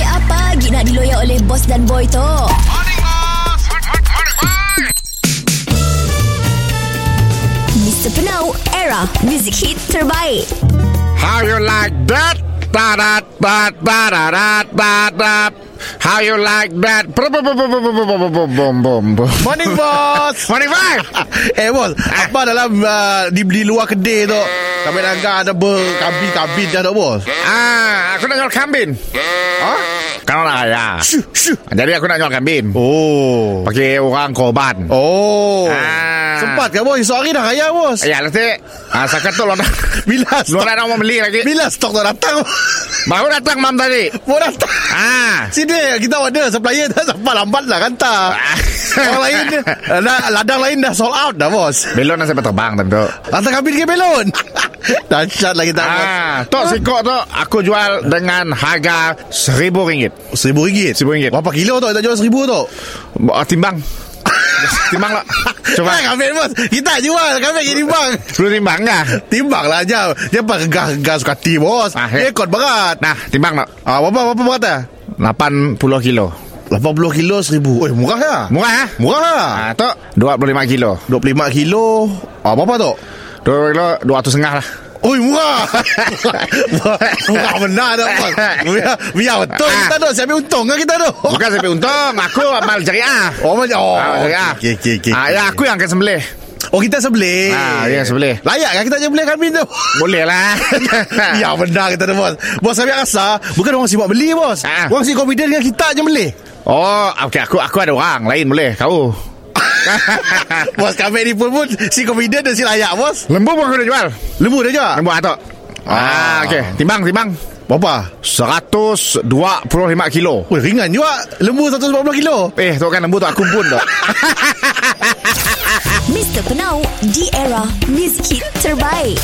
lagi nak diloyak oleh bos dan boy tu. Mr. Penau, era music hit terbaik. How you like that? Ba da ba ba da da ba da. How you like that? Boom boom boom boom boom boom boom boom boom boom. Morning boss Morning five. Eh bos Apa dalam uh, di, di luar kedai tu Kami naga ada ber Kabin-kabin dah tu bos Ah, aku nak nyol kambing. Hah? Kalau nak ya. Syuh, syuh. Jadi aku nak nyol kambing. Oh Pakai orang korban. Oh Ah. Sempat ke bos Esok hari dah raya bos Ya, nanti ah, sakat tu lo nak Bila lo stok nak nak mau beli lagi. Bila stok tak datang Baru datang mam tadi. Mau datang Ah. Sini kita order Supplier dah sampai lambat lah hantar Ah. Orang lain eh, dah, Ladang lain dah sold out dah bos Belon nasib terbang tentu. Hantar kabin ke belon Dahsyat lagi tak bos Ah, tok sikok tu aku jual dengan harga seribu ringgit. Seribu ringgit Seribu ringgit. Berapa kilo tu Tak jual seribu tu Ba- Timbang. timbang lah. Coba. Cuba ah, Kabin bos Kita jual Kabin jadi bang Perlu timbang kah? Timbang lah aja Dia pakai gas-gas suka ti bos Ah, ah, eh. Dia kot berat Nah, timbang tak? Ah, berapa, berapa berat eh? 80 kilo. 80 kilo 1000 Oi murah ya Murah ha? Murah ya Ah, tu 25 kilo. 25 kilo ah, Berapa tu 2 kilo 200 setengah lah. Oi murah Murah benar tu bos Biar, biar betul Ah. kita tu Siapa untung kan kita tu Bukan sampai untung, aku amal jariah. Oh macam Oh Ah, jariah. okey, okey, okey, Ah, ya, okey. aku yang akan sembelih. Oh kita sebelah Ah, ya, sebelah. Layak kan kita je boleh kami tu Boleh lah. Ya benar kita tu bos Bos kami rasa Bukan orang sibuk beli bos Ah. Orang sibuk confident dengan kita je beli Oh, okey aku aku ada orang lain boleh kau. Bos kami ni pun pun Si confident dan si layak bos Lembu pun aku dah jual. Lembu dah jual Lembu atok. Ah. Ah, okey. Timbang, timbang. Berapa? 125 kilo. Weh ringan juga Lembu 140 kilo Eh, tu kan lembu tu aku pun tu. Mr. Penau, di era music hit terbaik.